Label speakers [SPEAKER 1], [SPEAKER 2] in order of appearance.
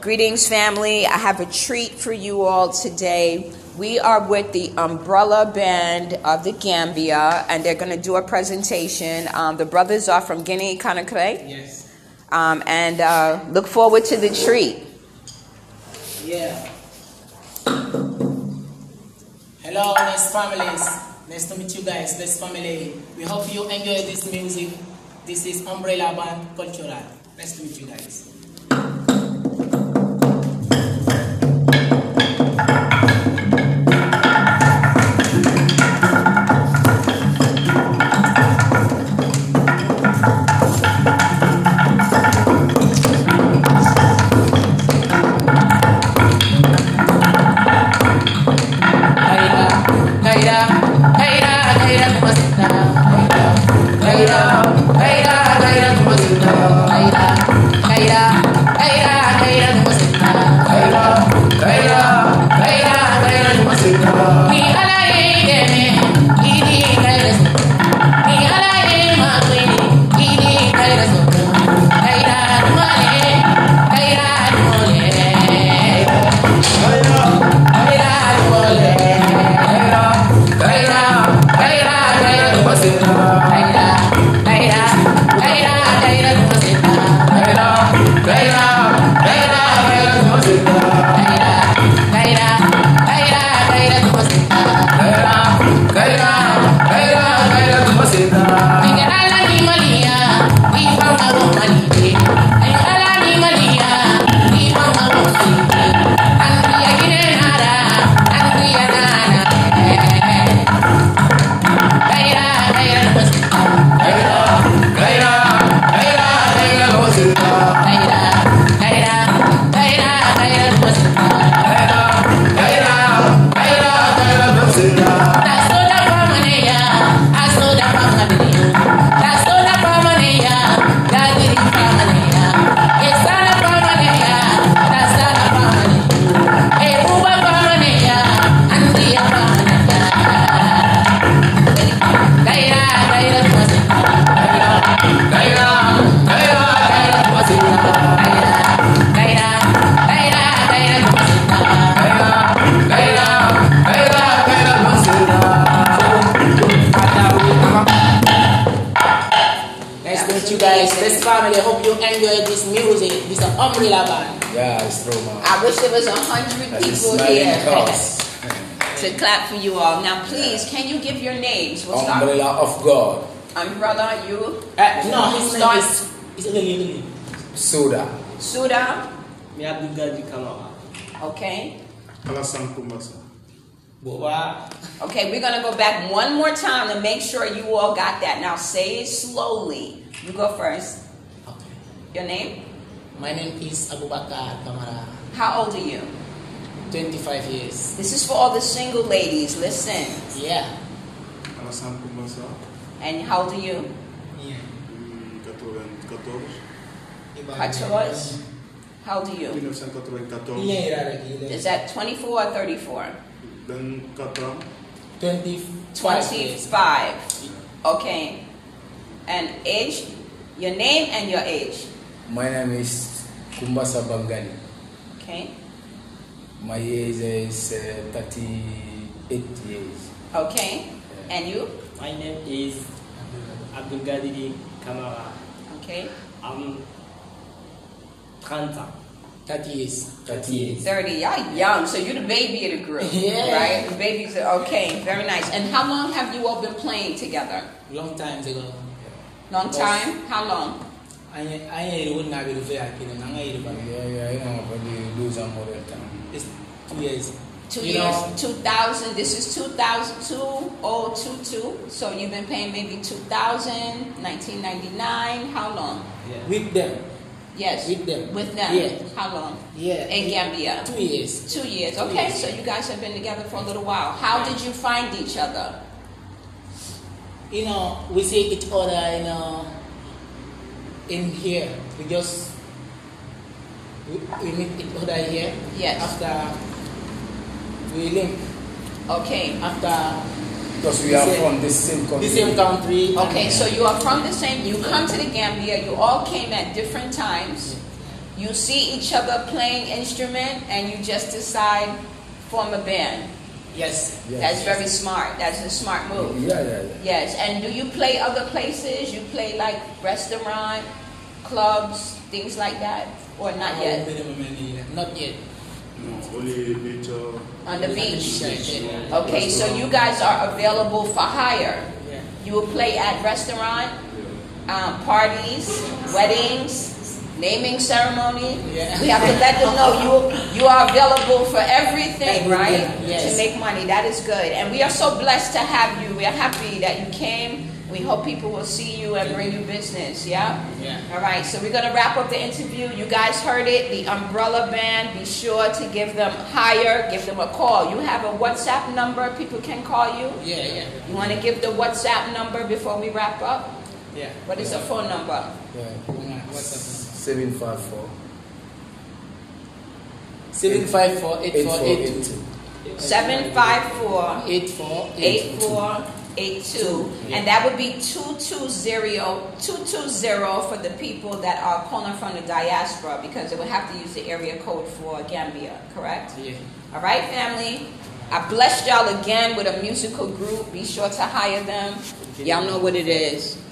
[SPEAKER 1] Greetings, family. I have a treat for you all today. We are with the Umbrella Band of the Gambia, and they're going to do a presentation. Um, the brothers are from Guinea Conakry,
[SPEAKER 2] Yes.
[SPEAKER 1] um, and uh, look forward to the treat.
[SPEAKER 2] Yeah. Hello, Nest families. Nice to meet you guys, Nest family. We hope you enjoy this music. This is Umbrella Band Cultural. Nice to meet you guys. Nice to meet you guys, Nest family. Hope you enjoy this music. This is Umbrella Band.
[SPEAKER 3] Yeah, it's true, man.
[SPEAKER 1] I wish there was a hundred
[SPEAKER 3] That's a
[SPEAKER 1] people
[SPEAKER 3] smiling
[SPEAKER 1] here
[SPEAKER 3] cross.
[SPEAKER 1] to clap for you all. Now, please, can you give your names? We'll start.
[SPEAKER 3] Umbrella of God.
[SPEAKER 1] Umbrella, you,
[SPEAKER 2] Uh, no, his name is. It's Eleni.
[SPEAKER 3] Soda.
[SPEAKER 1] Suda,
[SPEAKER 2] Me Abdul Gadi Kamawa.
[SPEAKER 1] okay.
[SPEAKER 4] Alassane Koumbasso.
[SPEAKER 2] Boa.
[SPEAKER 1] Okay, we're gonna go back one more time to make sure you all got that. Now say it slowly. You go first.
[SPEAKER 2] Okay.
[SPEAKER 1] Your name?
[SPEAKER 2] My name is Abubakar Kamara,
[SPEAKER 1] How old are you?
[SPEAKER 2] 25 years.
[SPEAKER 1] This is for all the single ladies. Listen.
[SPEAKER 2] Yeah.
[SPEAKER 4] Alassane Koumbasso.
[SPEAKER 1] And how old are you?
[SPEAKER 2] Yeah.
[SPEAKER 4] 1994.
[SPEAKER 1] Katoas? How old are you?
[SPEAKER 4] 1994.
[SPEAKER 1] Is
[SPEAKER 2] Yes.
[SPEAKER 1] that 24 or 34?
[SPEAKER 4] 24 ans.
[SPEAKER 2] 25 years.
[SPEAKER 1] 25. Okay. And age? Your name and your age.
[SPEAKER 3] My name is Kumbasa Bangani.
[SPEAKER 1] Okay.
[SPEAKER 3] My age is uh, 38 years.
[SPEAKER 1] Okay. And you?
[SPEAKER 5] My name is Abdul Gadidi Kamara.
[SPEAKER 1] Okay.
[SPEAKER 5] I'm 30 ans.
[SPEAKER 2] 30 years.
[SPEAKER 3] 30 years.
[SPEAKER 1] 30. Y'all young, so you're the baby of the group,
[SPEAKER 2] Yeah.
[SPEAKER 1] right? The babies are okay, very nice. And how long have you all been playing together?
[SPEAKER 2] Long time ago.
[SPEAKER 1] Long
[SPEAKER 2] Yes.
[SPEAKER 1] time? How long?
[SPEAKER 2] I I would not be the fair kid and I
[SPEAKER 3] Yeah, yeah, you know, but you lose a model time.
[SPEAKER 2] It's two years.
[SPEAKER 1] Two
[SPEAKER 2] You
[SPEAKER 1] years,
[SPEAKER 2] know-
[SPEAKER 1] 2000. This is 2022. oh, So you've been playing maybe 2000, 1999. How long?
[SPEAKER 5] Yeah.
[SPEAKER 2] With them.
[SPEAKER 1] Yes.
[SPEAKER 2] With them.
[SPEAKER 1] With them.
[SPEAKER 2] Yeah.
[SPEAKER 1] How long?
[SPEAKER 2] Yeah.
[SPEAKER 1] In Gambia.
[SPEAKER 2] Two years.
[SPEAKER 1] Two years.
[SPEAKER 2] Two
[SPEAKER 1] Okay,
[SPEAKER 2] years.
[SPEAKER 1] so you guys have been together for a little while. How did you find each other?
[SPEAKER 2] You know, we see each other, you know, in here. We just, we, we meet each other here.
[SPEAKER 1] Yes.
[SPEAKER 2] After we link,
[SPEAKER 1] Okay.
[SPEAKER 2] after
[SPEAKER 3] Because we
[SPEAKER 2] The
[SPEAKER 3] are
[SPEAKER 2] same-
[SPEAKER 3] from the same
[SPEAKER 2] the
[SPEAKER 3] country.
[SPEAKER 2] same country.
[SPEAKER 1] Okay, so you are from the same, you come to the Gambia, you all came at different times. You see each other playing instrument and you just decide form a band.
[SPEAKER 2] Yes.
[SPEAKER 3] Yes.
[SPEAKER 1] That's very smart. That's a smart move.
[SPEAKER 3] Yeah, yeah, yeah.
[SPEAKER 1] Yes. And do you play other places? You play like restaurant, clubs, things like that, or not yet?
[SPEAKER 2] Not yet.
[SPEAKER 4] No, only major.
[SPEAKER 1] On the beach.
[SPEAKER 2] Yeah.
[SPEAKER 1] Okay. So you guys are available for hire.
[SPEAKER 2] Yeah.
[SPEAKER 1] You will play at restaurant,
[SPEAKER 4] Yeah.
[SPEAKER 1] um, parties, weddings. Naming ceremony.
[SPEAKER 2] Yeah.
[SPEAKER 1] We have to let them know you you are available for everything, right?
[SPEAKER 2] Yes.
[SPEAKER 1] To make money. That is good. And we are so blessed to have you. We are happy that you came. We hope people will see you and bring you business. Yeah?
[SPEAKER 2] Yeah.
[SPEAKER 1] All right, so we're going to wrap up the interview. You guys heard it, the Umbrella Band. Be sure to give them hire, give them a call. You have a WhatsApp number people can call you.
[SPEAKER 2] Yeah, yeah.
[SPEAKER 1] You want to give the WhatsApp number before we wrap up?
[SPEAKER 2] Yeah.
[SPEAKER 1] What is the phone number?
[SPEAKER 3] yeah.
[SPEAKER 2] What's up?
[SPEAKER 3] Seven five four
[SPEAKER 2] Seven five four eight
[SPEAKER 3] eight
[SPEAKER 2] four
[SPEAKER 3] four
[SPEAKER 2] eight
[SPEAKER 3] eight
[SPEAKER 2] two.
[SPEAKER 3] two.
[SPEAKER 1] 754
[SPEAKER 2] Eight four eight two.
[SPEAKER 1] 8482. And that would be 220, 220 for the people that are calling from the diaspora because they would have to use the area code for Gambia, correct?
[SPEAKER 2] Yeah.
[SPEAKER 1] All right, family? I blessed y'all again with a musical group. Be sure to hire them. Y'all know what it is.